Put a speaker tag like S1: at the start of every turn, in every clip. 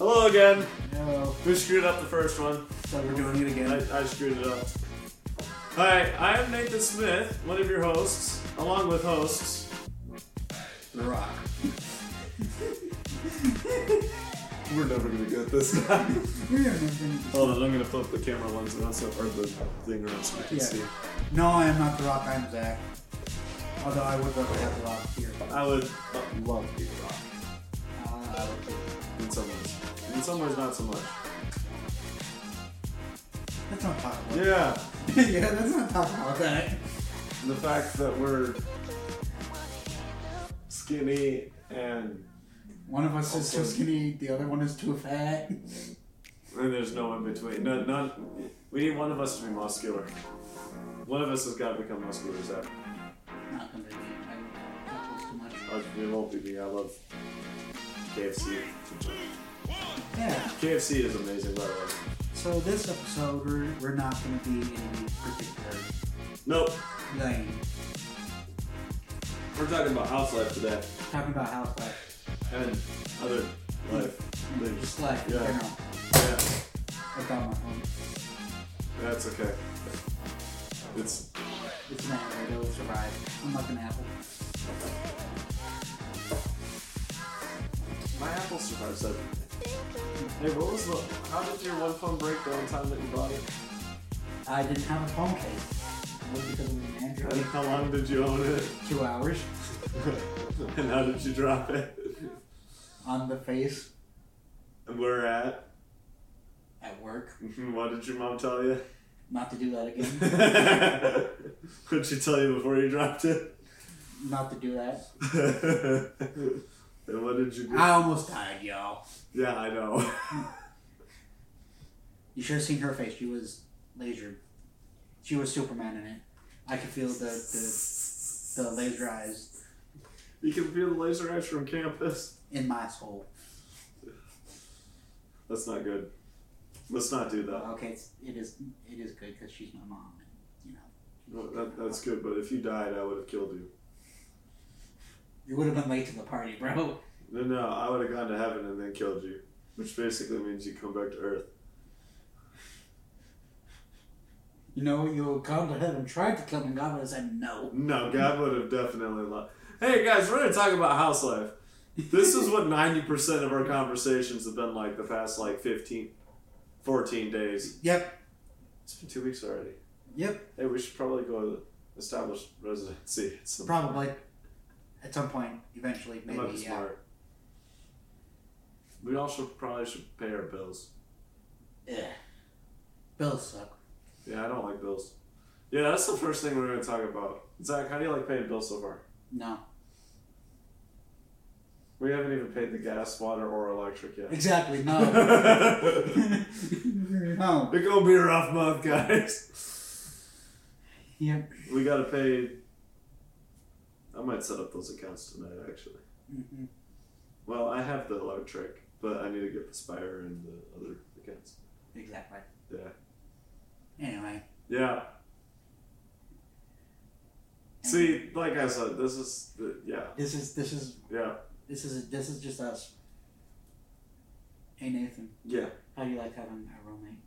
S1: again.
S2: No.
S1: We screwed up the first one.
S2: So we're doing it again.
S1: I, I screwed it up. Hi, I am Nathan Smith, one of your hosts, along with hosts.
S2: The Rock.
S3: We're never gonna get this time.
S1: Hold on, I'm gonna flip the camera lens around so or the thing around so we can
S2: Yeah.
S1: see.
S2: No, I am not The Rock. I am Zach. Although I would rather have The Rock here.
S1: I would uh, love to be wrong
S2: Uh,
S1: in some ways. In some ways, not so much.
S2: let's not talk about
S1: Yeah,
S2: that. yeah, let's not talk about that.
S1: the fact that we're skinny and
S2: One of us is too skinny. The other one is too fat.
S1: and there's no in between. No, none. We need one of us to be muscular. One of us has got to become muscular. Zach.
S2: Not gonna be. I talk too much.
S1: I it won't be me. I love KFC.
S2: Yeah.
S1: KFC is amazing, by the way.
S2: So this episode, we're, we're not gonna be in any particular
S1: Nope.
S2: lane.
S1: We're talking about house life today
S2: Talking about house life,
S1: and other life things.
S2: just life in
S1: Yeah.
S2: general.
S1: Yeah,
S2: I got my phone.
S1: that's okay. It's
S2: It's an Android. It'll survive. I'm like an apple.
S1: my Apple survives everything. Hey, what was the? How did your one phone break the one time that you bought it?
S2: I didn't have a phone case. It was because of an
S1: And
S2: Android.
S1: how long did you own it?
S2: Two hours
S1: and how did you drop it?
S2: on the face
S1: And where at? Mm-hmm,
S2: at work.
S1: What did your mom tell you?
S2: Not to do that again.
S1: What'd she tell you before you dropped it?
S2: not to do that.
S1: and what did you do?
S2: I almost died, y'all.
S1: yeah, I know.
S2: You should have seen her face. She was laser. She was Superman in it. I could feel the the, the laser eyes
S1: You can feel the laser eyes from campus.
S2: in my soul.
S1: That's not good. Let's not do that.
S2: Okay, it's, it is it is good because she's my mom. And, you know,
S1: No, that. That's good, but if you died, I would have killed you.
S2: you would have been late to the party, bro.
S1: No, no, I would have gone to heaven and then killed you, which basically means you come back to earth.
S2: You know, you come to heaven, tried to kill me, God would have said no.
S1: No, God would have definitely lied. Hey guys, we're gonna talk about house life. This is what 90% of our conversations have been like the past like 15, 14 days.
S2: Yep,
S1: It's been two weeks already.
S2: yep,
S1: Hey, we should probably go establish residency at some
S2: probably. At some point, eventually,
S1: It might be
S2: maybe. Yeah.
S1: smart. We also probably should pay our bills.
S2: Ugh. Bills suck.
S1: Yeah, I don't like bills. Yeah, that's the first thing we're gonna talk about. Zach, how do you like paying bills so far?
S2: No,
S1: We haven't even paid the gas, water, or electric yet.
S2: exactly no.
S1: it's
S2: no.
S1: gonna be a rough month, guys.
S2: Yep.
S1: We gotta pay. I might set up those accounts tonight, actually.
S2: hmm
S1: Well, I have the electric, but I need to get the Spire and the other accounts.
S2: Exactly.
S1: Yeah.
S2: Anyway.
S1: Yeah. See, like I said, this is the, yeah,
S2: This is this is
S1: yeah,
S2: this is this is just us. Hey Nathan,
S1: yeah.
S2: how do you like having a roommate?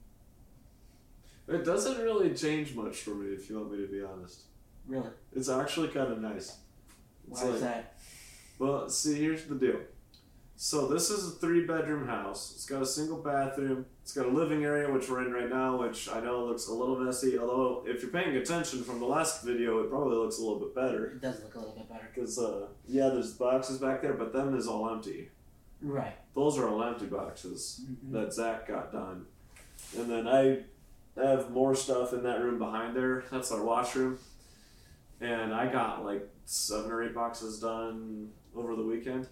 S1: It doesn't really change much for me, if you want me to be honest.
S2: Really?
S1: It's actually kind of nice.
S2: Why
S1: It's like-
S2: is that?
S1: Well, see, here's the deal. So this is a three-bedroom house. It's got a single bathroom. It's got a living area, which we're in right now, which I know looks a little messy. Although, if you're paying attention from the last video, it probably looks a little bit better.
S2: It does look a little bit better.
S1: Because uh, yeah, there's boxes back there, but them is all empty.
S2: Right.
S1: Those are all empty boxes.
S2: Mhm.
S1: that Zach got done. And then I have more stuff in that room behind there. That's our washroom. And I got like seven or eight boxes done over the weekend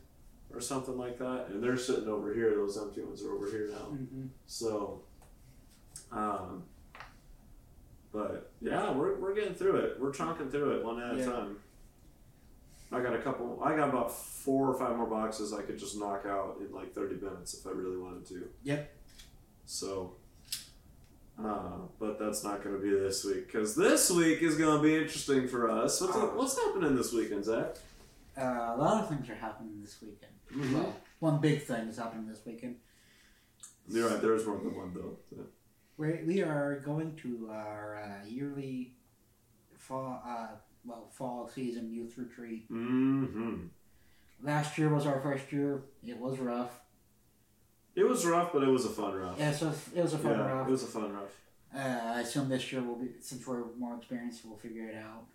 S1: or something like that. And they're sitting over here. Those empty ones are over here now.
S2: Mhm.
S1: So, um, but yeah, we're, we're getting through it. We're chunking through it one at
S2: Yeah.
S1: a time. I got a couple, I got about four or five more boxes I could just knock out in like 30 minutes if I really wanted to.
S2: Yep.
S1: So, uh, but that's not going to be this week because this week is going to be interesting for us. What's, what's happening this weekend, Zach?
S2: Uh, a lot of things are happening this weekend.
S1: Mhm.
S2: Well, one big thing is happening this weekend.
S1: You're right. There is more than one though. So.
S2: We're, we are going to our uh, yearly fall, uh, well, fall season youth retreat.
S1: Mm-hmm.
S2: Last year was our first year. It was rough.
S1: It was rough, but it was a fun rough.
S2: Yeah, so it was a fun
S1: Yeah,
S2: rough.
S1: It was a fun rough.
S2: uh, I assume this year will be since we're more experienced, we'll figure it out.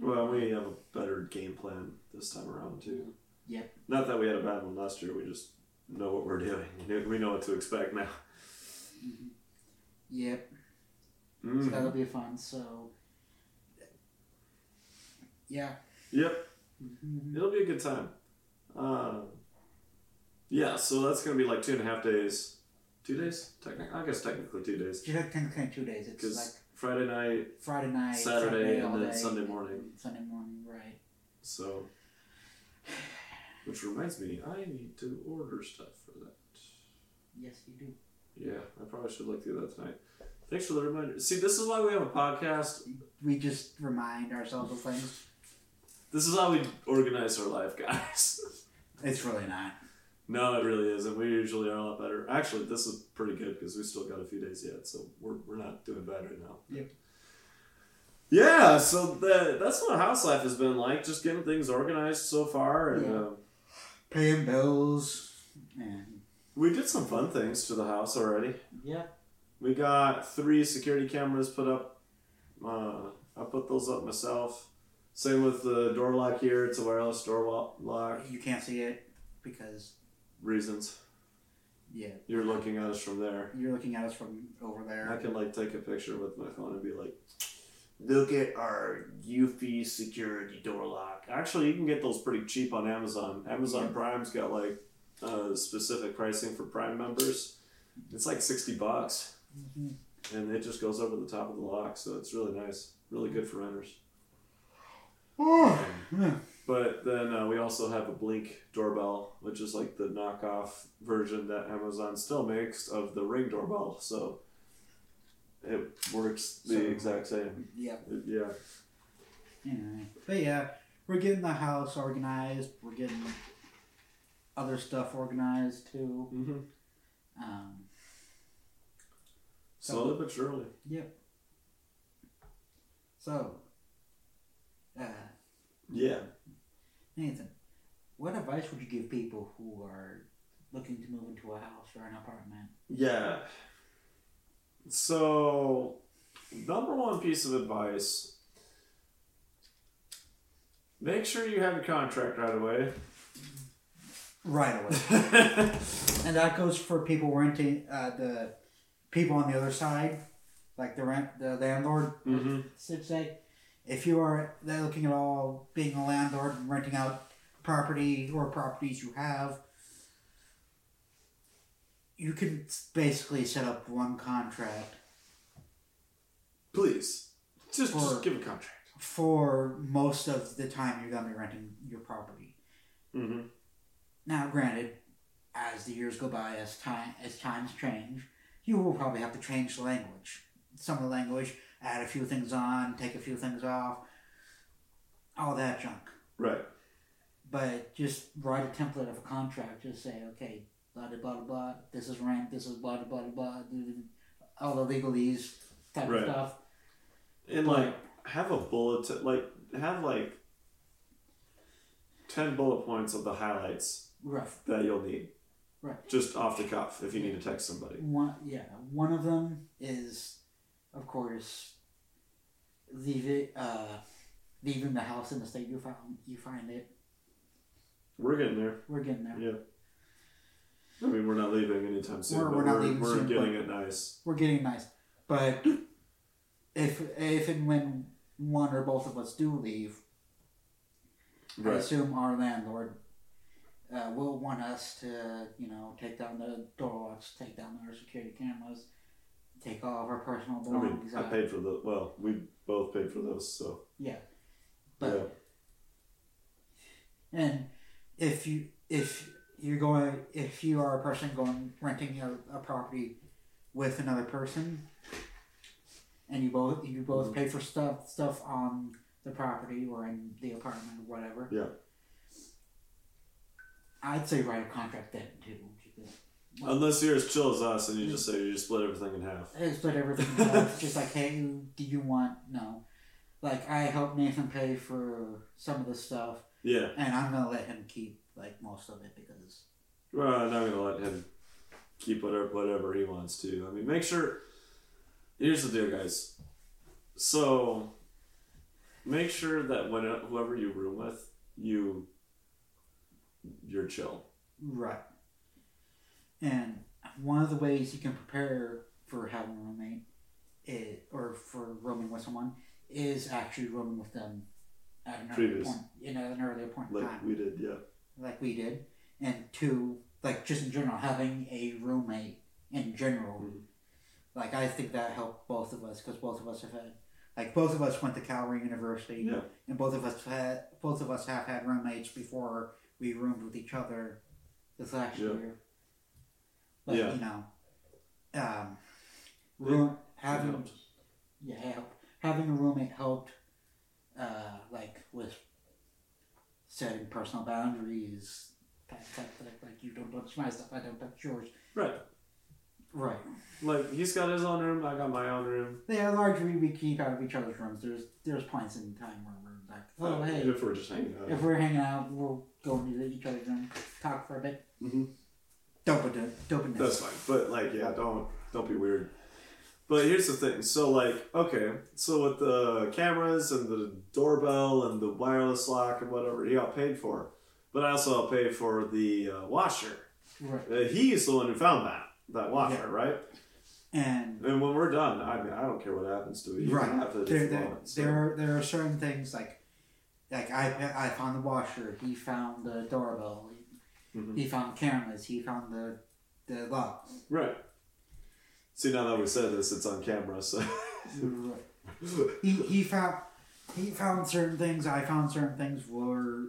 S1: Well, we have a better game plan this time around too.
S2: Yep.
S1: Not that we had a bad one last year. We just know what we're doing. You know, We know what to expect now.
S2: Yep. So
S1: Mhm.
S2: that'll be fun. So. Yeah.
S1: Yep.
S2: Mhm.
S1: It'll be a good time. Uh, yeah. So that's gonna be like two and a half days. Two days? Technically, I guess technically two days.
S2: It's like technically two days. It's like
S1: Because Friday night,
S2: Friday night,
S1: Saturday,
S2: all
S1: and then
S2: day,
S1: Sunday morning.
S2: Sunday morning, right?
S1: So, which reminds me, I need to order stuff for that.
S2: Yes, you do.
S1: Yeah, I probably should look through that tonight. Thanks for the reminder. See, this is why we have a podcast.
S2: We just remind ourselves of things.
S1: This is how we organize our life, guys.
S2: It's really not.
S1: no, it really isn't. We usually are a lot better. Actually, this is pretty good because we still got a few days yet, so we're, we're not doing bad right now.
S2: Yep.
S1: Yeah, so the, that's what house life has been like. Just getting things organized so far, and
S2: Yeah.
S1: um,
S2: Paying bills and
S1: we did some fun things to the house already.
S2: yeah,
S1: We got three security cameras put up. Uh, I put those up myself. Same with the door lock here. It's a wireless door wa- lock.
S2: you can't see it because
S1: Reasons.
S2: yeah,
S1: You're looking at us from there.
S2: you're looking at us from over
S1: I
S2: there.
S1: can like take a picture with my phone and be like, "Look at our Eufy security door lock." Actually, you can get those pretty cheap on Amazon. Amazon Prime's got like uh, specific pricing for Prime members. It's like sixty bucks,
S2: hmm
S1: and it just goes over the top of the lock, so it's really nice. Really good for renters. But then uh, we also have a Blink doorbell, which is like the knockoff version that Amazon still makes of the Ring doorbell. So it works the
S2: So-
S1: exact same.
S2: yeah,
S1: It- yeah.
S2: anyway. but yeah, we're getting the house organized. We're getting other stuff organized too.
S1: Mm-hmm.
S2: Um,
S1: Slowly but surely.
S2: so, uh,
S1: Yeah.
S2: Nathan, what advice would you give people who are looking to move into a house or an apartment?
S1: Yeah. So, number one piece of advice make sure you have a contract right away.
S2: Right away. and that goes for people renting uh, the people on the other side, like the rent the landlord
S1: mm-hmm.
S2: should say. If you are they're looking at all being a landlord and renting out property or properties you have, you can basically set up one contract
S1: Please. Just,
S2: Or-
S1: just give a contract.
S2: for most of the time you're gonna be renting your property.
S1: Mm-hmm.
S2: Now, granted, as the years go by, as time as times change, you will probably have to change the language. Some of the language, add a few things on, take a few things off, all that junk.
S1: Right.
S2: But just write a template of a contract. Just say, okay, blah blah blah blah. blah. This is rent. This is blah blah blah blah. blah, blah, All the legalese type
S1: Right.
S2: of stuff.
S1: And
S2: But-
S1: like have a bulletin, like have like ten bullet points of the highlights
S2: Rough.
S1: that you'll need.
S2: Right.
S1: Just off the cuff, if you need to text somebody.
S2: One, yeah, one of them is, of course, leave it, uh, leaving the house in the state you found. You find it.
S1: We're getting there.
S2: We're getting there.
S1: Yeah. I mean, we're not leaving anytime soon.
S2: We're-
S1: but
S2: we're not leaving
S1: we're
S2: soon,
S1: getting
S2: but-
S1: it nice.
S2: We're getting nice, but if if and when one or both of us do leave, I
S1: Right.
S2: assume our landlord uh, will want us to, you know, take down the door locks, take down our security cameras, take all of our personal
S1: I mean,
S2: belongings
S1: I
S2: out.
S1: paid for the. Well, we both paid for those, so
S2: Yeah. But and if you if you're going if you are a person going renting a, a property with another person and you both you both pay for stuff stuff on the property or in the apartment or whatever.
S1: Yeah.
S2: I'd say write a contract then too.
S1: Unless you're as chill as us and you just say you just split everything in half.
S2: I split everything up. just like, hey, do you want no? Like I helped Nathan pay for some of the stuff,
S1: Yeah.
S2: and I'm gonna let him keep like most of it because
S1: Well, I'm not gonna let him keep whatever whatever he wants to. I mean, make sure. Here's the deal, guys. So, make sure that when whoever you room with, you you're chill.
S2: right. And one of the ways you can prepare for having a roommate, is, or for rooming with someone, is actually rooming with them at an earlier
S1: Previous.
S2: point, in an earlier point in
S1: Like
S2: time.
S1: we did, yeah.
S2: like we did, and two, like just in general, having a roommate in general.
S1: Mhm.
S2: Like I think that helped both of us because both of us have had, like both of us went to Calvary University,
S1: Yeah.
S2: and both of us had, both of us have had roommates before we roomed with each other this last
S1: Yeah.
S2: year. But
S1: Yeah.
S2: you know, um,
S1: Yeah.
S2: room, having
S1: helped.
S2: yeah, it helped. having a roommate helped, uh, like with setting personal boundaries. That type of thing, like you don't touch my stuff, I don't touch yours.
S1: Right.
S2: Right.
S1: Like he's got his own room. I got my own room.
S2: Yeah, largely we keep out of each other's rooms. There's there's points in time where we're like, oh hey,
S1: Um, If we're just hanging out.
S2: if we're hanging out, we'll go into each other's room, talk for a bit.
S1: Mhm.
S2: Dope it, dope it.
S1: That's fine. But like, yeah, don't don't be weird. But here's the thing. So like, okay, so with the cameras and the doorbell and the wireless lock and whatever, he got paid for. But I also paid for the uh, washer.
S2: Right.
S1: Uh, he's the one who found that that washer,
S2: Yeah.
S1: right?
S2: And
S1: And when we're done, I mean, I don't care what happens to it. You
S2: right.
S1: can have it if
S2: there,
S1: you
S2: there,
S1: want it, so-
S2: there, are, there are certain things like, like I, I found the washer. He found the doorbell.
S1: Mhm.
S2: He found cameras. He found the, the lock.
S1: right. See, now that we said this, it's on camera. So
S2: he, he found, he found certain things. I found certain things. Where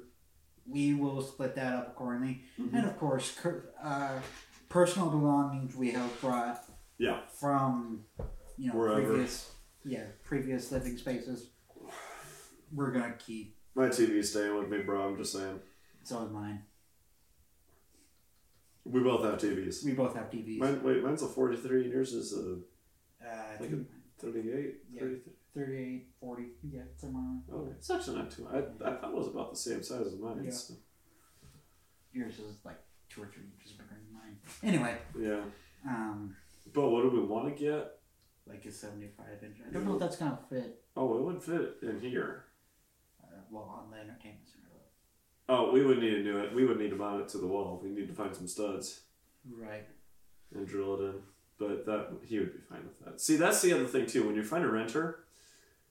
S2: we will split that up accordingly.
S1: Mm-hmm.
S2: And of course, cur- uh, personal belongings we have brought.
S1: Yeah.
S2: From, you know,
S1: Wherever.
S2: previous, yeah, previous living spaces. We're gonna keep.
S1: my TV's staying with me, bro. I'm just saying.
S2: So is mine.
S1: We both have TVs.
S2: We both have TVs.
S1: Mine, wait, mine's a 43 and yours is a
S2: Uh, I
S1: Like
S2: think
S1: 38,
S2: Yeah.
S1: 33.
S2: 38, 40, yeah, somewhere around.
S1: Okay, it's actually not too I, I thought it was about the same size as mine.
S2: Yeah.
S1: so-
S2: Yours is like two or three inches bigger than mine. Anyway,
S1: yeah.
S2: um,
S1: But what do we want to get?
S2: like a 75 inch. I don't know if that's gonna fit
S1: Oh, it would fit in here.
S2: uh, well on the entertainment center. though.
S1: Oh, we would need to do it. We would need to mount it to the wall. We need to find some studs
S2: Right.
S1: and drill it in. But that he would be fine with that. See, that's the other thing too. When you find a renter,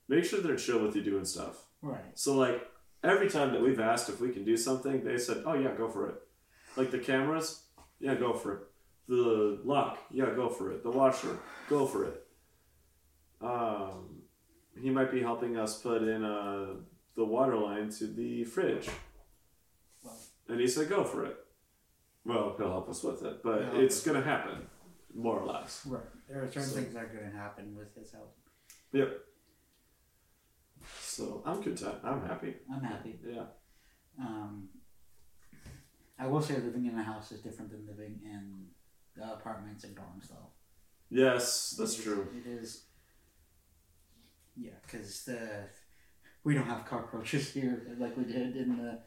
S1: make sure they're chill with you doing stuff.
S2: Right.
S1: So like every time that we've asked if we can do something, they said, "Oh yeah, go for it." Like the cameras, yeah, go for it. The lock, yeah, go for it. The washer, go for it. Um, he might be helping us put in uh, the water line to the fridge,
S2: Well,
S1: and he said, "Go for it." Well, he'll help us with it, but
S2: Yeah.
S1: it's gonna happen, more or less.
S2: right. There are certain
S1: So-
S2: things that are gonna happen with his help.
S1: So I'm content. I'm happy.
S2: I'm happy.
S1: Yeah.
S2: Um, I will say living in a house is different than living in uh, apartments and dorms, though.
S1: Yes, that's
S2: It is-
S1: true.
S2: It is. Yeah, because the we don't have cockroaches here like we did in the.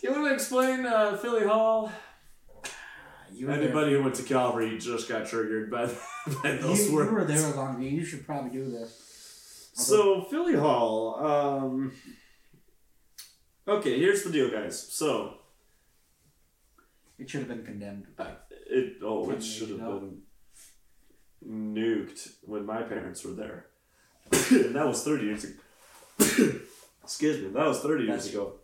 S1: Do you want to explain uh, Philly Hall?
S2: You were
S1: Ah, Anybody who went to Calvary just got triggered by, by
S2: There, you,
S1: those
S2: you
S1: words.
S2: were there longer. You should probably do this.
S1: So Philly Hall. Um, okay, here's the deal, guys. So
S2: It should have been condemned.
S1: uh, it oh,
S2: Ten
S1: it
S2: years
S1: should have
S2: ago.
S1: been nuked when my parents were there. that was thirty years ago. Excuse me, that was thirty years
S2: That's-
S1: ago.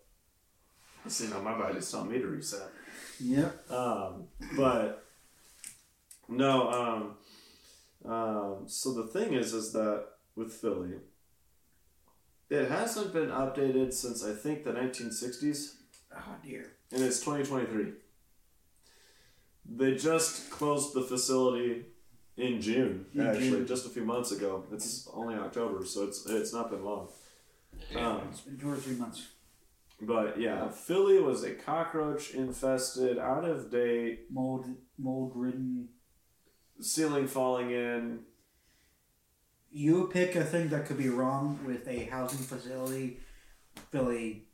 S1: See, now my body's telling me to reset.
S2: Yep.
S1: Um, but no, um, um, so the thing is, is that with Philly, it hasn't been updated since I think the 1960s,
S2: Oh dear.
S1: and it's 2023. They just closed the facility in June,
S2: In
S1: actually,
S2: June.
S1: just a few months ago. It's only October, so it's it's not been long. Um,
S2: It's been two or three months.
S1: But yeah, Philly was a cockroach infested, out of date,
S2: Mold, mold ridden.
S1: ceiling falling in.
S2: You pick a thing that could be wrong with a housing facility. Philly,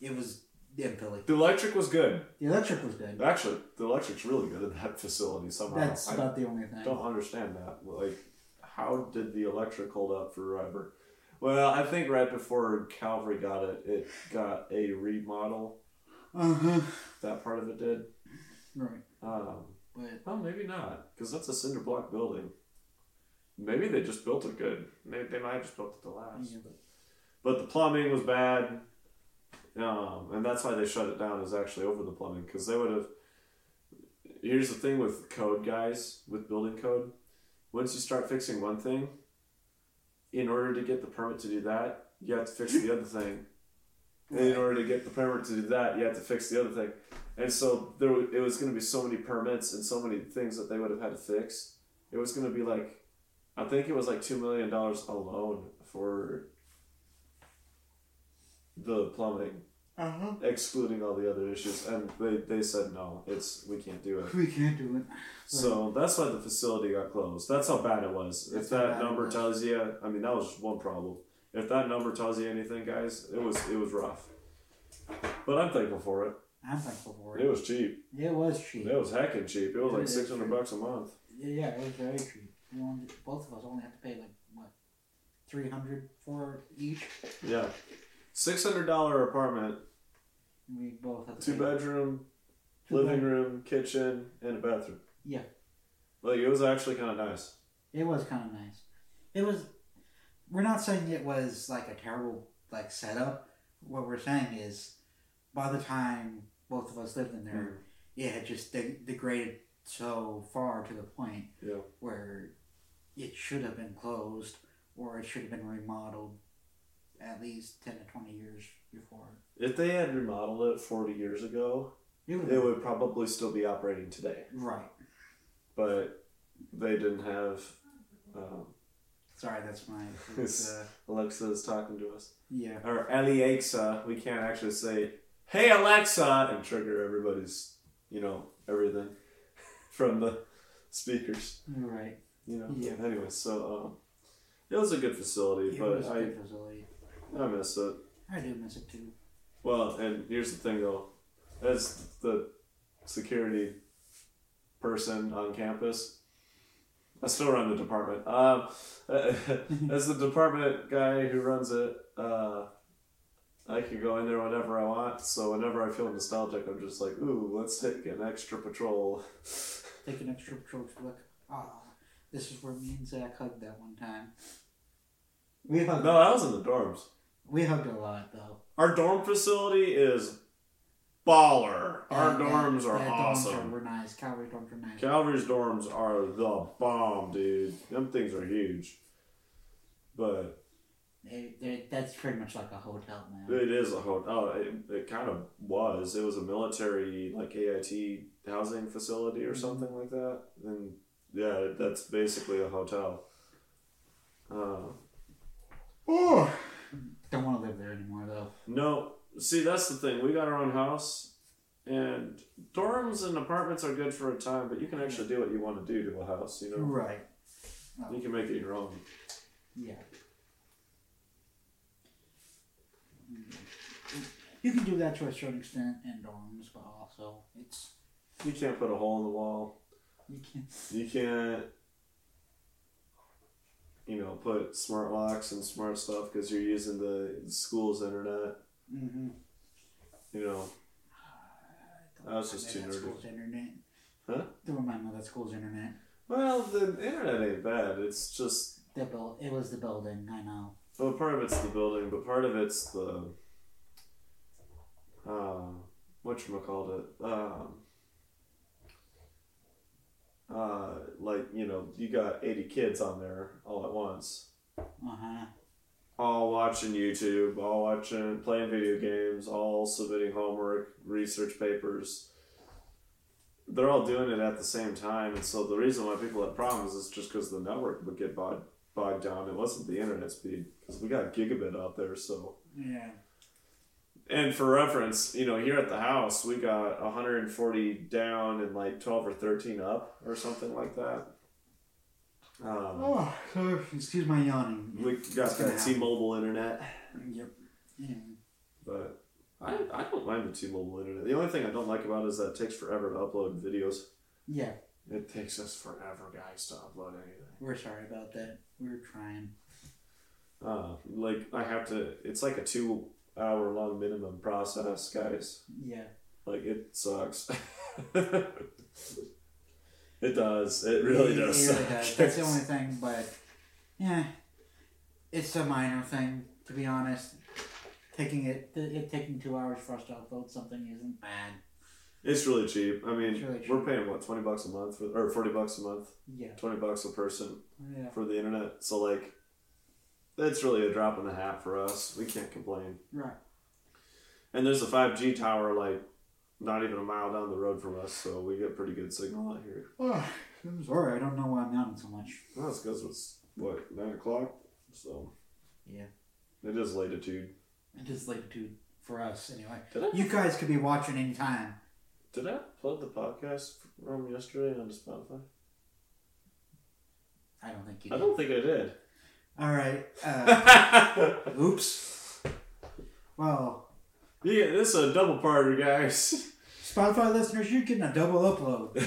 S2: it was in Philly.
S1: The electric was good.
S2: The electric was good.
S1: Actually, the electric's really good at that facility somehow.
S2: That's
S1: I
S2: about the only thing.
S1: don't understand that. Like, how did the electric hold up forever? Well, I think right before Calvary got it, it got a remodel.
S2: Uh huh.
S1: That part of it did.
S2: Right,
S1: Um,
S2: but
S1: well, maybe not, because that's a cinder block building. Maybe they just built it good. They, they might have just built it to last.
S2: Yeah.
S1: But, but the plumbing was bad, um, and that's why they shut it down. Is actually over the plumbing because they would have. Here's the thing with code guys with building code. Once you start fixing one thing, in order to get the permit to do that, you have to fix the other thing. And in order to get the permit to do that, you have to fix the other thing. And so there, wa- it was going to be so many permits and so many things that they would have had to fix. It was going to be like, I think it was like two million dollars alone for the plumbing,
S2: uh huh.
S1: excluding all the other issues. And they, they said no, it's we can't do it.
S2: We can't do it.
S1: So that's why the facility got closed. That's how bad it was.
S2: That's
S1: If
S2: how
S1: that
S2: bad it
S1: number
S2: was.
S1: tells you, I mean, that was one problem. If that number tells you anything, guys, it was it was rough. But I'm thankful for it.
S2: I'm thankful for
S1: It
S2: it.
S1: was cheap.
S2: It was cheap.
S1: It was heckin' cheap. It was
S2: It
S1: like
S2: is
S1: six hundred
S2: true.
S1: bucks a month.
S2: Yeah, it was very cheap. We only- both of us only had to pay like what, three hundred for each.
S1: Yeah, six hundred dollar apartment,
S2: And we both had to
S1: two
S2: pay
S1: bedroom,
S2: two
S1: living
S2: bed-
S1: room, kitchen, and a bathroom.
S2: Yeah,
S1: Like it was actually kind of nice.
S2: it was kind of nice. It was. We're not saying it was like a terrible like setup. What we're saying is, by the time both of us lived in there, it had just de- degraded so far to the point
S1: Yeah.
S2: where it should have been closed or it should have been remodeled at least 10 to 20 years before.
S1: If they had remodeled it forty years ago,
S2: It would,
S1: it would probably still be operating today.
S2: Right.
S1: But they didn't have. Um,
S2: Sorry, that's my.
S1: It's-
S2: uh,
S1: Alexa is talking to us,
S2: yeah.
S1: or Alexa. We can't actually say "Hey Alexa" and trigger everybody's, you know, everything from the speakers.
S2: Right.
S1: you know.
S2: Yeah.
S1: Anyway, so um, it was a good facility,
S2: It
S1: but
S2: was a
S1: I
S2: good facility.
S1: I miss it.
S2: I do miss it too.
S1: Well, and here's the thing though, as the security person on campus, I still run the department. Um, as the department guy who runs it, uh, I can go in there whenever I want. So whenever I feel nostalgic, I'm just like, ooh, let's take an extra patrol.
S2: Take an extra approach look. Ah, this is where me and Zach hugged that one time. We hugged.
S1: no, I was in the dorms.
S2: We hugged a lot though.
S1: Our dorm facility is baller. Our
S2: Yeah,
S1: dorms
S2: yeah,
S1: are
S2: dorms
S1: awesome.
S2: were nice. Calvary dorms were nice.
S1: Calvary's dorms are the bomb, dude. Them things are huge. But
S2: They, they, that's pretty much like a hotel now.
S1: it is a hotel. Oh, it, it kind of was. It was a military, like AIT housing facility or something like that. And yeah, that's basically a hotel. Uh,
S2: Oh. Don't want to live there anymore though.
S1: No, see, that's the thing. We got our own house, and dorms and apartments are good for a time, but you can actually do what you want to do to a house. You know,
S2: Right.
S1: you can make it your own.
S2: Yeah. You can do that to a certain extent in dorms, but also it's
S1: You can't put a hole in the wall.
S2: you can't.
S1: You can't, you know, put smart locks and smart stuff because you're using the school's internet.
S2: Mm-hmm.
S1: You know, I was just too nerdy.
S2: School's internet.
S1: Huh?
S2: Don't remind me of that school's internet.
S1: well, the internet ain't bad. It's just
S2: The build. It was the building. I know.
S1: Well, part of it's the building, but part of it's the um, whatchamacallit, um, uh, like you know, you got eighty kids on there all at once,
S2: Uh huh.
S1: all watching YouTube, all watching playing video games, all submitting homework, research papers. They're all doing it at the same time, and so the reason why people have problems is just because the network would get bogged bogged down. It wasn't the internet speed because we got gigabit out there, so
S2: Yeah.
S1: And for reference, you know, here at the house, we got 140 down and like 12 or 13 up or something like that. Um,
S2: Oh, so- excuse my yawning.
S1: we got
S2: It's gonna
S1: that T-Mobile internet,
S2: Yep. Yeah.
S1: but I, I don't mind the T-Mobile internet. The only thing I don't like about it is that it takes forever to upload videos.
S2: Yeah,
S1: It takes us forever, guys, to upload anything.
S2: we're sorry about that. We were trying.
S1: Uh, like I have to. It's like a two-hour long minimum process, guys.
S2: Yeah.
S1: Like it sucks. it does. It really does.
S2: It really
S1: suck.
S2: does. That's the only thing, but yeah, it's a minor thing to be honest. Taking it, it taking two hours for us to upload something isn't bad.
S1: It's really cheap. I mean,
S2: It's really
S1: we're
S2: cheap.
S1: paying what twenty bucks a month for, or forty bucks a month,
S2: Yeah,
S1: twenty bucks a person
S2: yeah.
S1: for the internet. So like, that's really a drop in the hat for us. We can't complain.
S2: Right.
S1: And there's a five G tower like not even a mile down the road from us, so we get pretty good signal out here.
S2: Oh, I'm sorry. I don't know why I'm yawning so much.
S1: Well, that's because it's what nine o'clock, so
S2: Yeah.
S1: it is latitude.
S2: It is latitude for us anyway.
S1: Did I
S2: You guys could be watching anytime.
S1: Did I upload the podcast from yesterday on Spotify?
S2: I don't think you.
S1: I
S2: Did.
S1: don't think I did.
S2: All right. Uh,
S1: yeah,
S2: oops. Well,
S1: this is a double parter, guys.
S2: Spotify listeners, you're getting a double upload.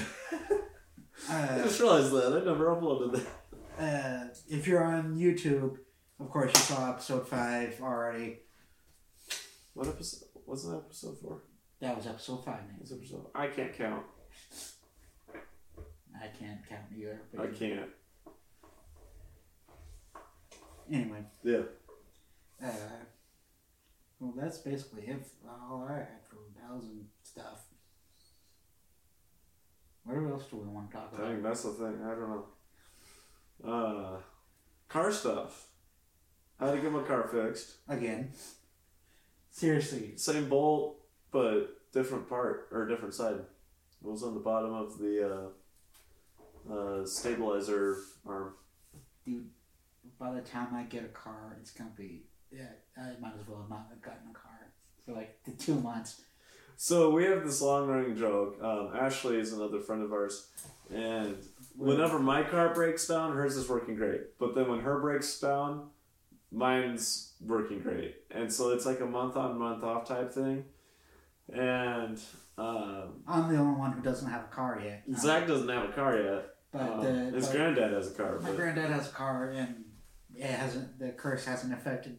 S1: I
S2: Uh,
S1: just realized that I never uploaded that.
S2: uh, if you're on YouTube, of course you saw episode five already.
S1: What episode? What's that episode for?
S2: That was episode five. Nate.
S1: What's episode? I can't count.
S2: I can't count either. But
S1: I can't.
S2: Anyway.
S1: Yeah.
S2: Uh, well, that's basically it. for All I had for housing stuff. What else do we want to talk
S1: I
S2: about?
S1: think that's the thing. I don't know. Uh, car stuff. How to get my car fixed.
S2: Again. Seriously.
S1: Same bolt, but different part or different side. It was on the bottom of the uh, uh, stabilizer arm.
S2: by the time I get a car, it's gonna be yeah. I might as well not have gotten a car for like the two months.
S1: So we have this long running joke. Um, Ashley is another friend of ours, and whenever my car breaks down, hers is working great. But then when her breaks down, mine's working great. And so it's like a month on, month off type thing. And um,
S2: I'm the only one who doesn't have a car yet. Uh,
S1: Zach doesn't have a car yet.
S2: but
S1: Um,
S2: the,
S1: his
S2: but
S1: granddad has a car,
S2: my
S1: but
S2: granddad has a car, and it hasn't. The curse hasn't affected.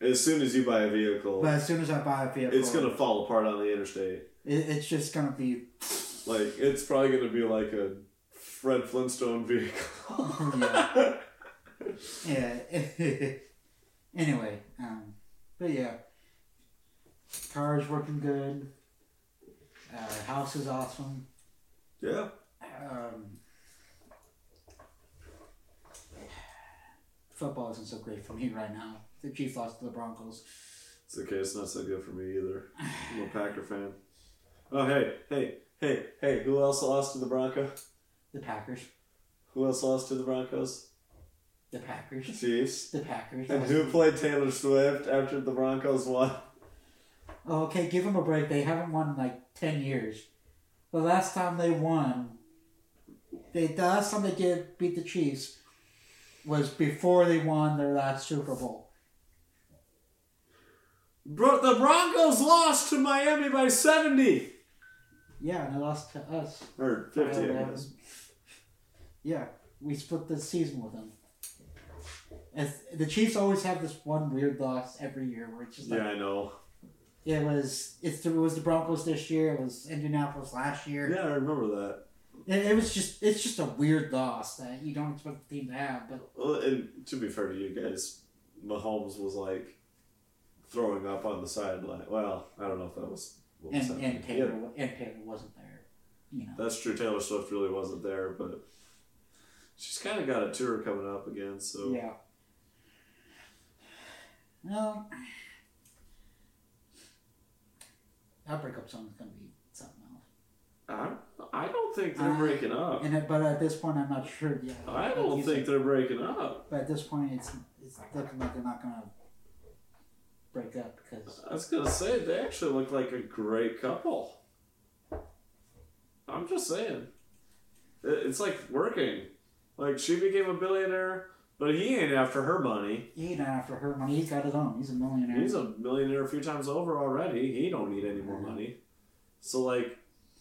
S1: as soon as you buy a vehicle,
S2: But as soon as I buy a vehicle,
S1: it's gonna fall apart on the interstate.
S2: It, it's just gonna be.
S1: Like it's probably gonna be like a Fred Flintstone vehicle.
S2: Yeah. yeah. anyway, um, but yeah, car's working good. Uh, house is awesome.
S1: yeah.
S2: um, football isn't so great for me right now. The Chiefs lost to the Broncos.
S1: It's okay. It's not so good for me either. I'm a Packer fan. Oh hey, hey, hey, hey! Who else lost to the Broncos?
S2: The Packers.
S1: Who else lost to the Broncos?
S2: The Packers.
S1: Chiefs.
S2: The Packers.
S1: And who played Taylor Swift after the Broncos won?
S2: Oh, okay, give them a break. They haven't won in like 10 years. The last time they won, they, the last time they did beat the Chiefs was before they won their last Super Bowl.
S1: Bro, the Broncos lost to Miami by seventy
S2: Yeah, and they lost to us.
S1: or fifty. I
S2: Um,
S1: guess.
S2: Yeah, we split the season with them. As the Chiefs always have this one weird loss every year where it's just
S1: Yeah,
S2: like
S1: I know.
S2: it was it's the, it was the Broncos this year, it was Indianapolis last year.
S1: Yeah, I remember that.
S2: It, it was just it's just a weird loss that you don't expect the team to have, but
S1: Well, and to be fair to you guys, Mahomes was like throwing up on the sideline. Well, I don't know if that was. What was
S2: and,
S1: happening.
S2: and Taylor and Taylor wasn't there. You know.
S1: That's true. Taylor Swift really wasn't there, but she's kind of got a tour coming up again. So
S2: Yeah. Well that breakup song is gonna be something else.
S1: I, I don't think they're
S2: Uh,
S1: breaking up.
S2: And it, but at this point, I'm not sure yet.
S1: I don't
S2: He's
S1: think they're breaking up.
S2: like- But at this point, it's it's looking like they're not gonna break up because
S1: I was gonna say they actually look like a great couple. I'm just saying, It- it's like working. Like she became a billionaire, but he ain't after her money.
S2: he ain't after her money. He's got his own. He's a millionaire.
S1: He's a millionaire a few times over already. He don't need any more money. So like,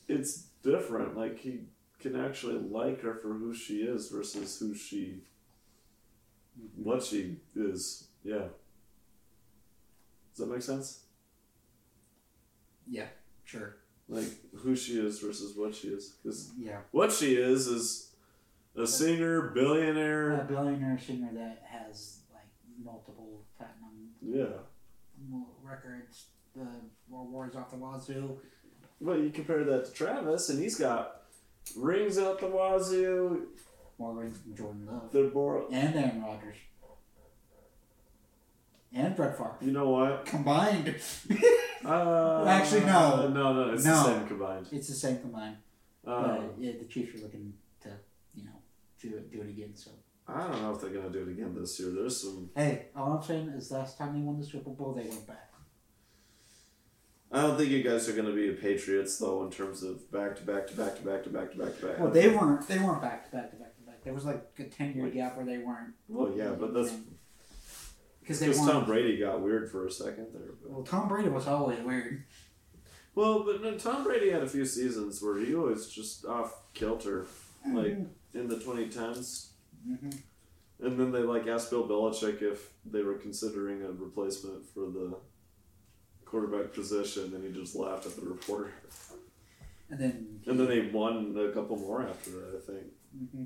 S1: it's different. Like he can actually like her for who she is versus who she, what she is. Yeah. Does that make sense?
S2: yeah, sure.
S1: like who she is versus what she is. Because
S2: Yeah,
S1: what she is is a singer,
S2: a
S1: billionaire.
S2: billionaire singer that has like multiple platinum
S1: Yeah.
S2: records, the awards off the wazoo.
S1: Well, you compare that to Travis, and he's got rings out the wazoo.
S2: More rings than Jordan Love
S1: They're more.
S2: Uh, and Aaron Rodgers and Brett Favre
S1: You know what?
S2: combined.
S1: Uh,
S2: Actually, no.
S1: No, no, it's
S2: No.
S1: the same combined.
S2: it's the same combined.
S1: Uh,
S2: but yeah, the Chiefs are looking to you know do it, do it again. So
S1: I don't know if they're gonna do it again this year. There's some.
S2: hey, all I'm saying is last time they won the Super Bowl, they went back.
S1: I don't think you guys are gonna be Patriots though in terms of back to back to back to back to back to back to back.
S2: Well, they weren't. They weren't back to back to back to back. There was like a ten year gap where they weren't.
S1: Well, yeah, but that's
S2: because they
S1: because Tom
S2: weren't.
S1: Brady got weird for a second there. But.
S2: well, Tom Brady was always weird.
S1: Well, but no, Tom Brady had a few seasons where he was just off kilter,
S2: Mm-hmm.
S1: like in the 2010s.
S2: hmm
S1: And then they like asked Bill Belichick if they were considering a replacement for the quarterback position, and he just laughed at the reporter.
S2: And then.
S1: And then they won a couple more after that, I think.
S2: hmm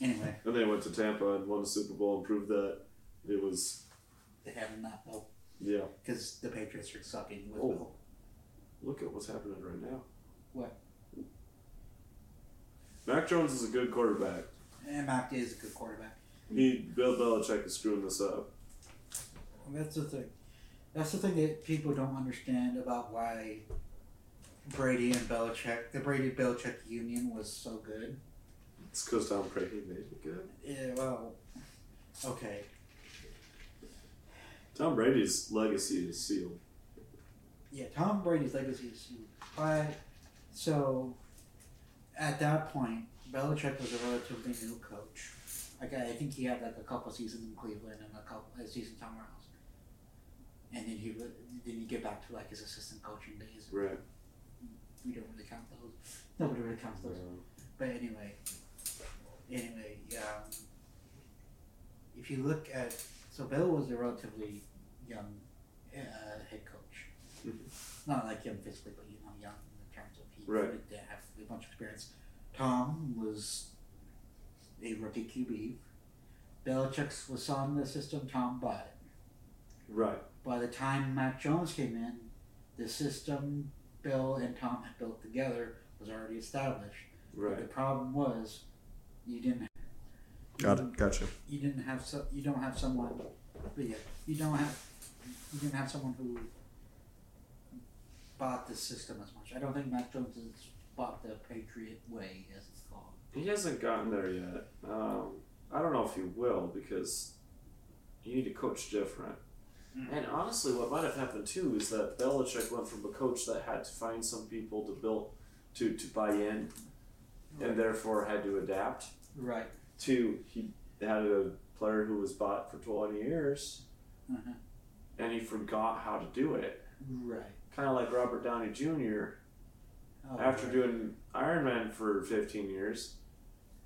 S2: Anyway,
S1: And they went to Tampa and won a Super Bowl and proved that it was
S2: they haven't that though
S1: yeah.
S2: because the Patriots are sucking with
S1: Oh.
S2: Bill.
S1: Look at what's happening right now.
S2: What?
S1: Mac Jones is a good quarterback.
S2: And Mac is a good quarterback.
S1: He Bill Belichick is screwing this up.
S2: And That's the thing. That's the thing that people don't understand about why Brady and Belichick, the Brady Belichick union was so good.
S1: It's because Tom Brady made it good.
S2: Yeah, well, okay.
S1: Tom Brady's legacy is sealed.
S2: Yeah, Tom Brady's legacy is huge. But, so, at that point, Belichick was a relatively new coach. Like, I think he had like a couple seasons in Cleveland and a couple a season somewhere else. And then he wa- then he get back to like his assistant coaching days.
S1: Right.
S2: We don't really count those. Nobody really counts those. But anyway, anyway, um, if you look at so Bill was a relatively young uh, head coach, not like young physically, but you know, young in terms of he
S1: Right.
S2: didn't have a bunch of experience. Tom was a rookie QB. Belichick was on the system. Tom bought it.
S1: Right.
S2: By the time Matt Jones came in, the system Bill and Tom had built together was already established. The
S1: Right.
S2: problem was, you didn't. you,
S3: Gotcha.
S2: You didn't have so, you don't have someone, but yeah, you don't have you didn't have someone who bought the system as much. I don't think Matt Jones has bought the Patriot way as it's called.
S1: He hasn't gotten there yet. Um, I don't know if he will because you need to coach different.
S2: Mm.
S1: And honestly, what might have happened too is that Belichick went from a coach that had to find some people to build to, to buy in and therefore had to adapt
S2: Right.
S1: to he had a player who was bought for 20 years
S2: Uh-huh.
S1: and he forgot how to do it.
S2: Right.
S1: Kind of like Robert Downey Jr.
S2: Oh,
S1: after
S2: right.
S1: doing Iron Man for 15 years,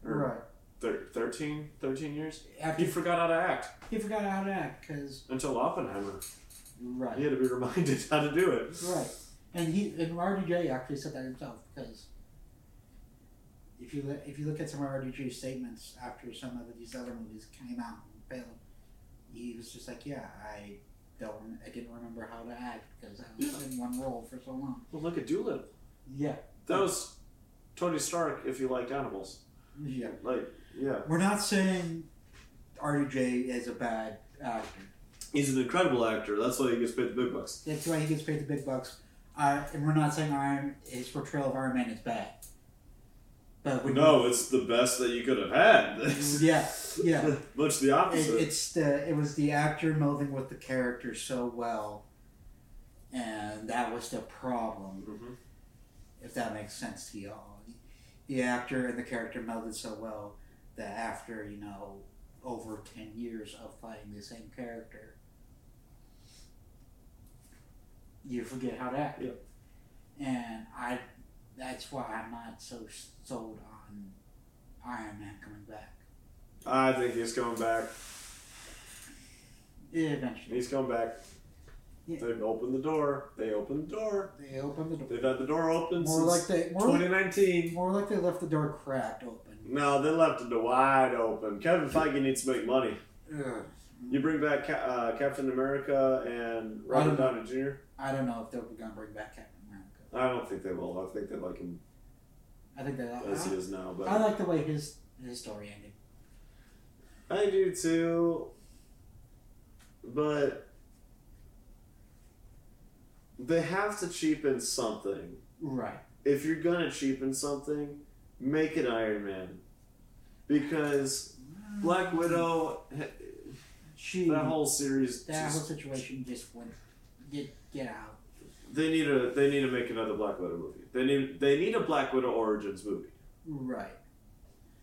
S1: or
S2: right
S1: thir- 13, 13 years,
S2: after
S1: he forgot how to act
S2: he forgot how to act because
S1: until Oppenheimer.
S2: right
S1: He had to be reminded how to do it.
S2: Right. And he and RDJ actually said that himself because if you look, if you look at some of RDJ's statements after some of these other movies came out and failed, he was just like, "Yeah, I don't, I didn't remember how to act because I was in one role for so long."
S1: Well, look at Doolittle.
S2: Yeah.
S1: That was Tony Stark if you liked animals.
S2: Yeah.
S1: Like, yeah.
S2: We're not saying RDJ is a bad actor.
S1: He's an incredible actor. That's why he gets paid the big bucks.
S2: That's why he gets paid the big bucks. Uh, and we're not saying Iron his portrayal of Iron Man is bad. But when
S1: No, it's the best that you could have had.
S2: Yeah. Yeah.
S1: Much the
S2: it,
S1: opposite.
S2: it's the it was the actor melding with the character so well and that was the problem.
S1: Mm-hmm.
S2: If that makes sense to y'all, the actor and the character melded so well that after you know over ten years of playing the same character, you forget how to act.
S1: Yep.
S2: And I, that's why I'm not so sold on Iron Man coming back.
S1: I think he's coming back.
S2: Eventually,
S1: He's coming back.
S2: Yeah.
S1: They've opened the door. They opened the door.
S2: they opened the door.
S1: They've had the door open
S2: More like
S1: since
S2: they more,
S1: 2019.
S2: more like they left the door cracked open.
S1: No, they left it wide open. Kevin Feige needs to make money.
S2: Ugh.
S1: You bring back Ca- uh, Captain America and
S2: Um,
S1: Robert Downey Jr.
S2: I don't know if they're gonna bring back Captain America.
S1: I don't think they will. I think they like him
S2: I think that
S1: as he
S2: I,
S1: is now. But
S2: I like the way his his story ended.
S1: I do too. But they have to cheapen something.
S2: Right.
S1: If you're gonna cheapen something, make it Iron Man. Because Black Widow, that
S2: She that whole,
S1: whole series, just,
S2: situation just went get get out.
S1: they need a they need to make another Black Widow movie. They need they need a Black Widow origins movie.
S2: Right.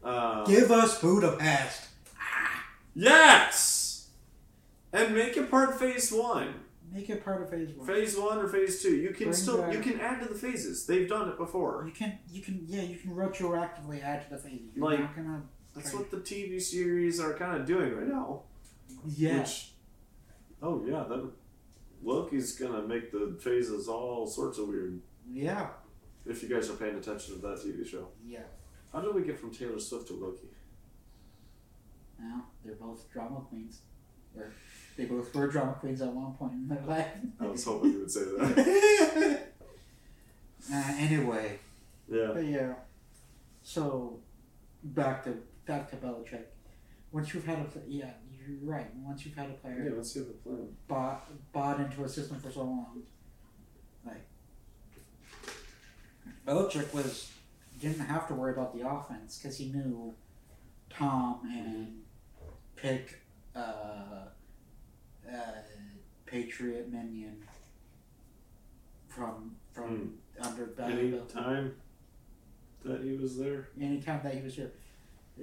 S1: Um,
S2: Give us Budapest. Ah!
S1: yes, and make it part phase one.
S2: Make it part of Phase One.
S1: Phase one or phase two, you can
S2: Bring
S1: still
S2: back-
S1: you can add to the phases. They've done it before.
S2: You can you can yeah you can retroactively add to the phase. You're
S1: Like-
S2: not gonna
S1: That's
S2: Right.
S1: what the TV series are kind of doing right now.
S2: yeah
S1: Which, oh yeah, that Loki's gonna make the phases all sorts of weird.
S2: yeah
S1: If you guys are paying attention to that TV show,
S2: yeah.
S1: how did we get from Taylor Swift to Loki?
S2: Now they're both drama queens. Or they both were drama queens at one point in their life.
S1: I was hoping you would say that.
S2: uh, anyway,
S1: Yeah.
S2: but yeah. So, back to back to Belichick. Once you've had a pl- yeah, you're right. Once you've had a
S1: Yeah,
S2: player
S1: let's see the plan.
S2: bought bought into a system for so long, like Belichick was didn't have to worry about the offense because he knew Tom and pick uh, uh, Patriot minion from from under
S1: Hmm. Any
S2: Belichick.
S1: time that he was there,
S2: Anytime that he was here.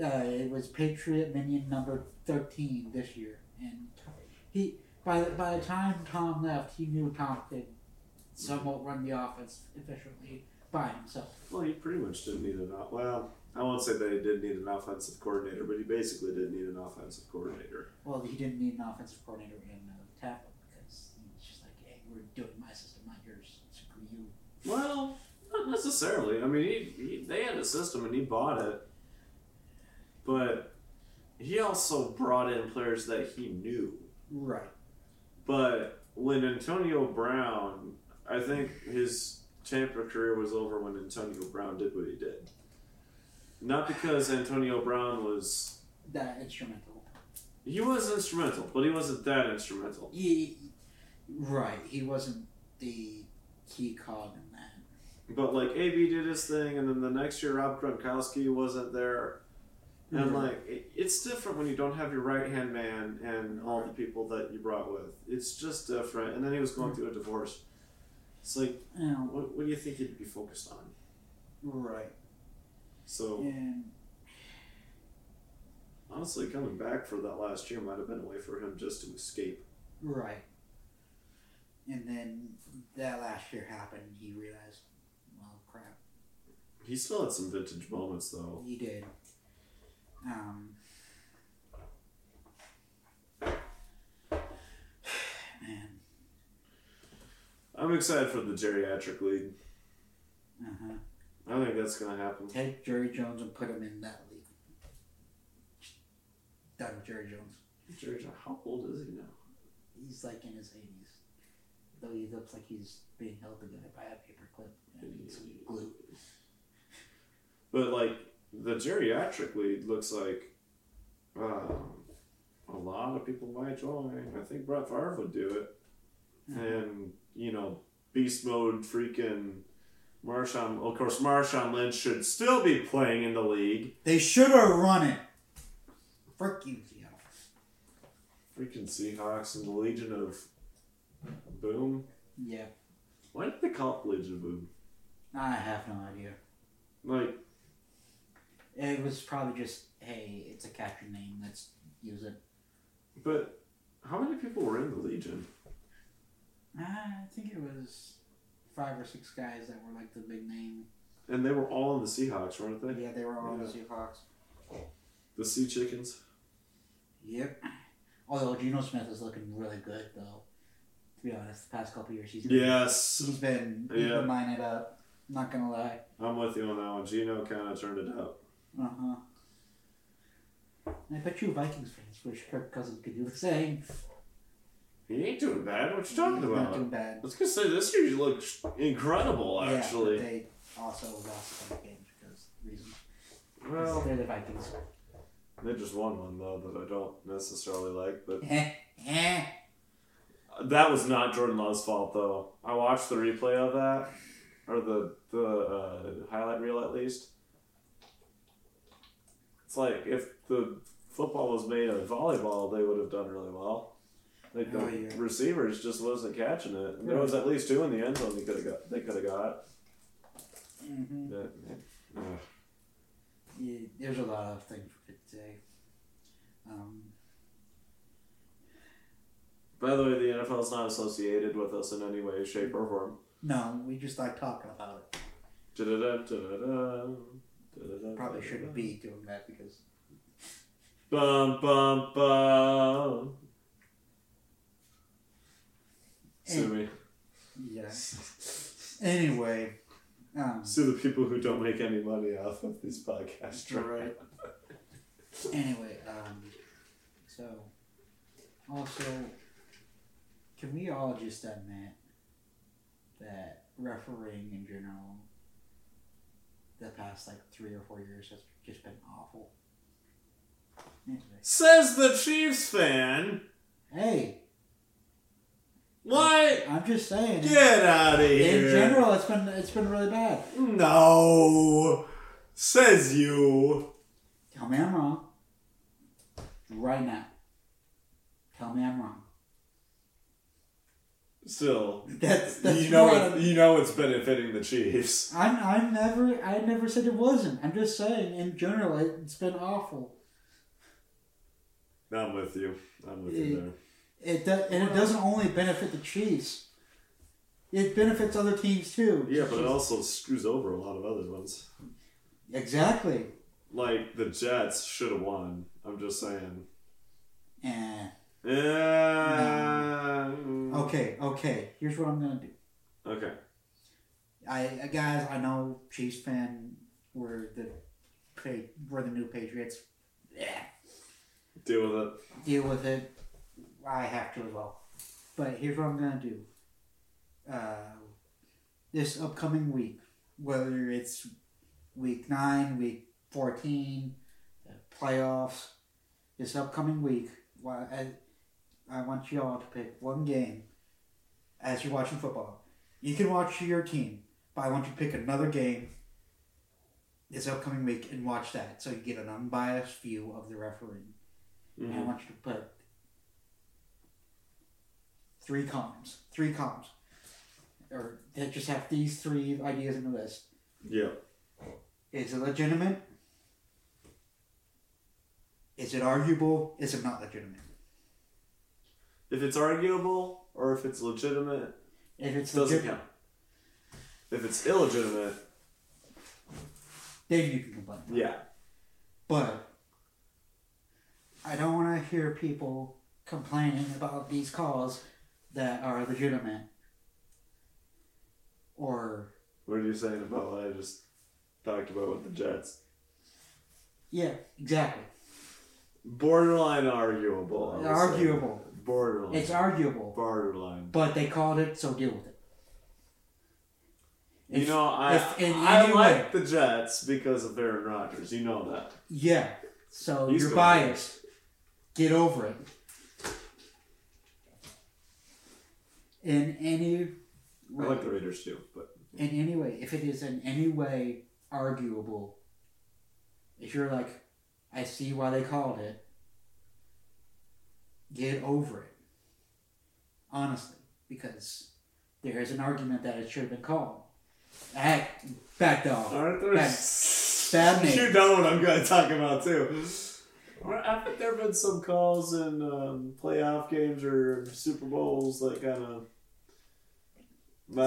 S2: Uh, it was Patriot Minion number 13 this year. And he by the, by the time Tom left, he knew Tom could somewhat run the offense efficiently by himself.
S1: well, he pretty much didn't need an. o- Well, I won't say that he didn't need an offensive coordinator, but he basically didn't need an offensive coordinator.
S2: Well, he didn't need an offensive coordinator in uh, Tampa because he was just like, hey, we're doing my system, not yours. Screw you.
S1: Well, not necessarily. I mean, he, he they had a system and he bought it, but he also brought in players that he knew.
S2: Right.
S1: But when Antonio Brown, I think his Tampa career was over when Antonio Brown did what he did. Not because Antonio Brown was
S2: That instrumental.
S1: he was instrumental, but he wasn't that instrumental.
S2: He, right. He wasn't the key cog in that.
S1: But like AB did his thing, and then the next year Rob Gronkowski wasn't there. And
S2: Mhm.
S1: like it, it's different when you don't have your right hand man and all the people that you brought with. It's just different. And then he was going through a divorce. It's like,
S2: You know,
S1: what, what do you think he'd be focused on?
S2: Right.
S1: So
S2: And
S1: honestly, coming back for that last year might have been a way for him just to escape.
S2: right. And then that last year happened and he realized, well crap.
S1: He still had some vintage moments though.
S2: He did. Um man.
S1: I'm excited for the geriatric league.
S2: Uh-huh.
S1: I think that's gonna happen.
S2: Take Jerry Jones and put him in that league. Done with Jerry Jones.
S1: Jerry, how old is he now?
S2: He's like in his eighties. Though he looks like he's being held together by a paper clip and some glue.
S1: But like the geriatric lead looks like um, a lot of people might join. I think Brett Favre would do it, and you know, beast mode freaking Marshawn. Of course, Marshawn Lynch should still be playing in the league.
S2: They should have run it. Frick you, Seattle.
S1: Freaking Seahawks and the Legion of Boom.
S2: Yeah.
S1: Why did they call it Legion Boom?
S2: I have no idea.
S1: Like,
S2: It was probably just, hey, it's a caption name. Let's use it.
S1: but how many people were in the Legion?
S2: Uh, I think it was five or six guys that were like the big name.
S1: And they were all in the Seahawks, weren't they?
S2: Yeah, they were all in the
S1: Yeah.
S2: Seahawks.
S1: The Sea Chickens.
S2: Yep. Although Geno Smith is looking really good though. To be honest, the past couple years he's been,
S1: Yes,
S2: he's been he's
S1: Yeah.
S2: been lining it up. Not gonna lie.
S1: I'm with you on that one. Gino kind of turned it up.
S2: Uh huh. I bet you Vikings fans wish Kirk Cousins could do the same.
S1: He ain't doing bad. What you talking
S2: He's Not
S1: about?
S2: doing bad.
S1: I was gonna say this year you look incredible,
S2: yeah,
S1: actually.
S2: but they also lost the game because reasons.
S1: well,
S2: they're the Vikings.
S1: they just won one though that I don't necessarily like, but
S2: Eh, eh.
S1: That was not Jordan Love's fault, though. I watched the replay of that, or the the uh, highlight reel at least. It's like if the football was made of volleyball, they would have done really well. Like the
S2: Oh, yeah.
S1: receivers just wasn't catching it. And there was at least two in the end zone. They could have got. They could have got.
S2: hmm
S1: Yeah. Ugh.
S2: Yeah, there's a lot of things we could say. Um,
S1: By the way, the NFL is not associated with us in any way, shape, or form.
S2: no, we just like talking about it.
S1: Da-da-da, da-da-da, da-da-da,
S2: Probably
S1: da-da-da.
S2: shouldn't be doing that because
S1: Bum bum bum. Sue me.
S2: yeah. Anyway, um,
S1: Sue the people who don't make any money off of these podcasts.
S2: Right. anyway, um, so also, can we all just admit that refereeing in general, the past like three or four years has just been awful. Anyway.
S1: Says the Chiefs fan.
S2: Hey,
S1: Why?
S2: I'm just saying.
S1: Get out of here.
S2: In general, it's been it's been really bad.
S1: No. Says you.
S2: Tell me I'm wrong. Right now. Tell me I'm wrong.
S1: Still.
S2: That's that's
S1: you know
S2: what
S1: it, you know it's benefiting the Chiefs.
S2: I'm, I'm I'm never I never said it wasn't. I'm just saying in general it's been awful.
S1: I'm with you. I'm with you there.
S2: It do, and it doesn't only benefit the Chiefs. It benefits other teams too.
S1: Yeah, but it also screws over a lot of other ones.
S2: exactly.
S1: Like the Jets should have won. I'm just saying.
S2: Eh.
S1: Yeah.
S2: Mm-hmm. Okay, okay. Here's what I'm gonna do.
S1: Eh. Okay.
S2: I uh, guys, I know Chiefs fan were the pa- were the new Patriots. Yeah,
S1: Deal with it.
S2: deal with it. I have to as well. But here's what I'm gonna do. Uh, this upcoming week, whether it's week nine, week fourteen, the playoffs, this upcoming week, why- I, I want you all to pick one game as you're watching football. You can watch your team, but I want you to pick another game this upcoming week and watch that, so you get an unbiased view of the referee.
S1: Mm-hmm.
S2: And I want you to put three columns. Three columns. Or they just have these three ideas in the list.
S1: Yeah.
S2: Is it legitimate? Is it arguable? Is it not legitimate?
S1: If it's arguable or if it's legitimate,
S2: If
S1: it
S2: it's
S1: doesn't
S2: legitimate,
S1: count. If it's illegitimate,
S2: then you can complain.
S1: yeah.
S2: But I don't want to hear people complaining about these calls that are legitimate or
S1: What are you saying about what I just talked about with the Jets?
S2: yeah, exactly.
S1: Borderline arguable. I would say.
S2: Arguable.
S1: Borderline.
S2: It's arguable.
S1: borderline.
S2: But they called it, so deal with it.
S1: You
S2: If-
S1: know, I
S2: if in
S1: I
S2: any
S1: like the Jets because of Aaron Rodgers. You know that.
S2: Yeah. So
S1: He's
S2: you're
S1: good.
S2: biased. Get over it. In any way,
S1: I like the Raiders too, but
S2: in any way, if it is in any way arguable, if you're like, I see why they called it, get over it. Honestly, because there is an argument that it should have been called. Heck, back dog.
S1: Aren't there?
S2: Bad- bad name.
S3: You know what I'm going to talk about too.
S1: Haven't there been some calls in um, playoff games or Super Bowls that kind of?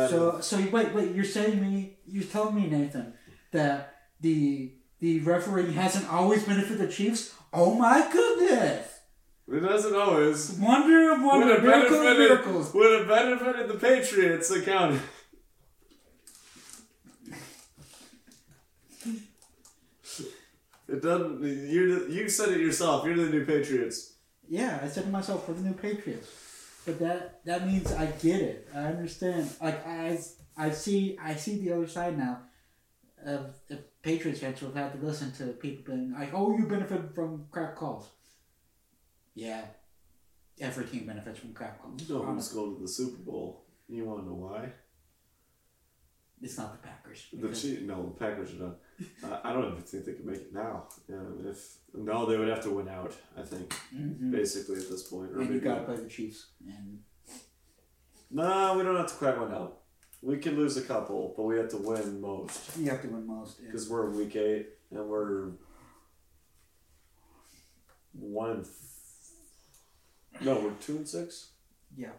S2: So, so you- wait, wait. You're saying me? You're telling me, Nathan, that the the referee hasn't always benefited the Chiefs? Oh my goodness!
S1: it doesn't always.
S2: Wonder of
S1: Would
S2: wonder,
S1: have
S2: miracle of
S1: benefited,
S2: miracles.
S1: would have benefited the Patriots, the county. It doesn't. You you said it yourself. You're the new Patriots.
S2: Yeah, I said to myself, "We're the new Patriots," but that that means I get it. I understand. Like I, I see, I see the other side now. Of the Patriots fans who have had to listen to people being like, "Oh, you benefit from crap calls." Yeah, every team benefits from crap calls.
S1: No one's
S2: honestly.
S1: going to the Super Bowl. You want to know why?
S2: It's not the Packers.
S1: The
S2: because-
S1: Chiefs, no, the Packers are done. I, I don't even think they could make it now. Um, if no, they would have to win out. I think
S2: Mhm.
S1: basically at this point. Or
S2: And you
S1: maybe
S2: got to play the Chiefs. And
S1: no, we don't have to quite win out. We can lose a couple, but we have to win most
S2: you have to win most. and-
S1: because we're in week eight and we're one. And f- no, we're two and six.
S2: Yeah.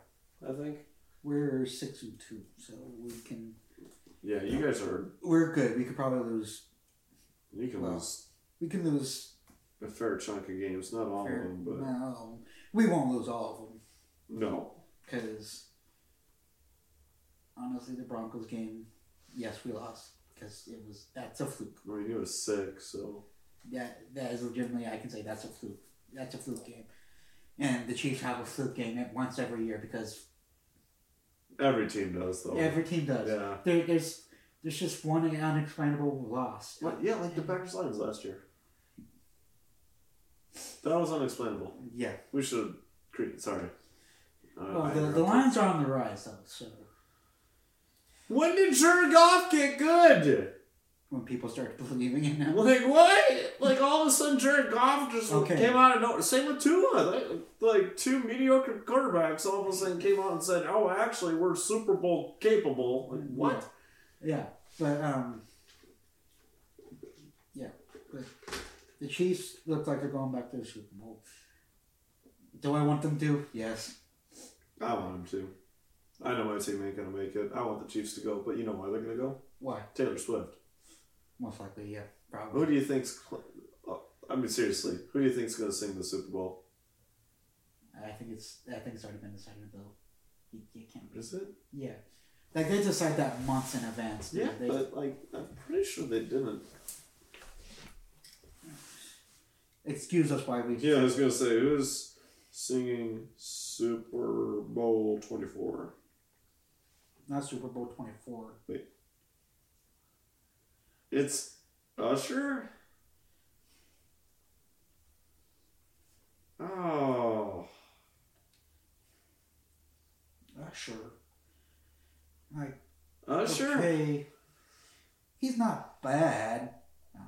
S1: I think.
S2: We're six and two, so we can.
S1: Yeah, you guys are.
S2: We're good. We could probably lose.
S1: You can
S2: Well.
S1: lose
S2: We can lose
S1: a fair chunk of games, not all of
S2: Fair.
S1: them, Um, but
S2: No, we won't lose all of them
S1: no.
S2: because honestly, the Broncos game, yes, we lost because it was that's a fluke.
S1: I mean, he was sick, so
S2: That that is legitimately I can say that's a fluke. That's a fluke game, and the Chiefs have a fluke game at once every year because
S1: every team does though.
S2: every team does.
S1: Oh. Yeah.
S2: There, there's there's just one unexplainable loss.
S1: Like- yeah, like the Packers Lions last year. That was unexplainable.
S2: Yeah.
S1: We should have. Sorry. I-
S2: Well,
S1: I
S2: the, the
S1: interrupted.
S2: Lions are on the rise though, so
S1: When did Jared Goff get good?
S2: when people start believing in them,
S1: Like what? Like all of a sudden Jared Goff just
S2: Okay.
S1: came out of nowhere. Same with Tua. Like, like two mediocre quarterbacks all of a sudden came out and said, "Oh, actually, we're Super Bowl capable." Like what?
S2: Yeah, but um, yeah, but the Chiefs look like they're going back to the Super Bowl. Do I want them to? Yes.
S1: I want him to. I know my team ain't gonna make it. I want the Chiefs to go, but you know why they're gonna go?
S2: Why?
S1: Taylor Swift.
S2: Most likely, yeah,
S1: Who
S2: probably.
S1: do you think's? cl- oh, I mean, seriously, who do you think's gonna sing the Super Bowl?
S2: I think it's. I think it's already been decided though. You, you can't. Be,
S1: Is it?
S2: yeah, like they decide that months in advance. dude.
S1: Yeah,
S2: They,
S1: but like, I'm pretty sure they didn't.
S2: excuse us why we.
S1: Yeah, I was gonna say who's singing Super Bowl twenty four.
S2: Not Super Bowl twenty four.
S1: It's Usher. Oh,
S2: Uh, sure. Like
S1: Usher.
S2: okay, he's not bad. No.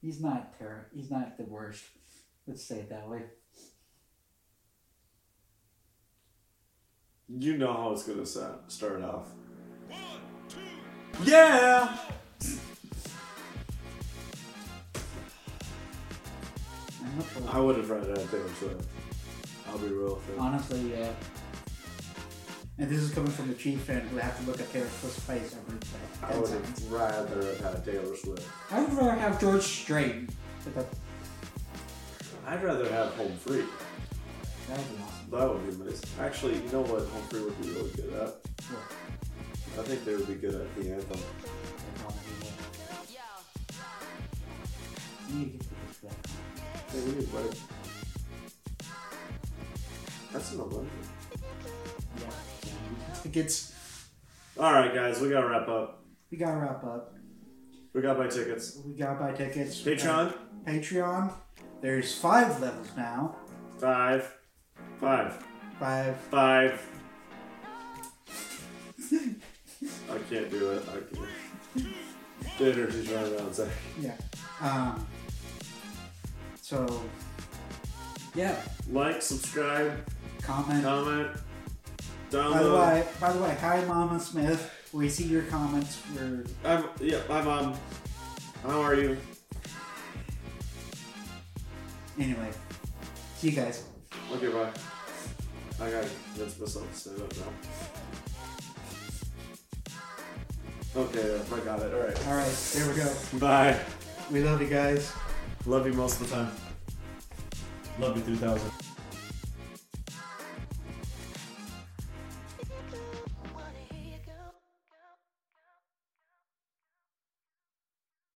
S2: He's not ter- He's not the worst. Let's say it that way.
S1: You know how it's gonna sa- start off. Yeah.
S2: I'm not sure.
S1: I would have read it out there, so I'll be real with you.
S2: Honestly, yeah. And this is coming from the Chiefs fan who have to look at Taylor Swift's face every day.
S1: I would have rather have had Taylor Swift.
S2: I would rather have George Strait. But that,
S1: I'd rather have Home Free.
S2: that would be awesome.
S1: That would be nice. Actually, you know what Home Free would be really good at?
S2: Well,
S1: I think they would be good at the anthem.
S2: that'd probably be it. We need to get this back.
S1: Hey, we need Mike. That's an 11.
S2: Yeah. It gets.
S1: Alright, guys, we gotta wrap up.
S2: We gotta wrap up.
S1: We got my tickets.
S2: We gotta buy tickets.
S1: Patreon,
S2: Patreon. There's five levels now.
S1: five, five,
S2: Five.
S1: five. I can't do it. I can't. The energy's running out, Zach.
S2: Yeah. Um, so, yeah.
S1: Like, subscribe,
S2: Comment.
S1: comment,
S2: By the
S1: Download.
S2: way, by the way, hi Mama Smith. We see your comments. We're
S1: I'm, yeah, hi mom. How are you?
S2: anyway. See you guys.
S1: Okay, bye. I gotta convince myself to stand up now. Okay, I got it. All right.
S2: All right, there we go.
S1: Bye.
S2: We love you guys.
S1: Love you most of the time. Love you 3000.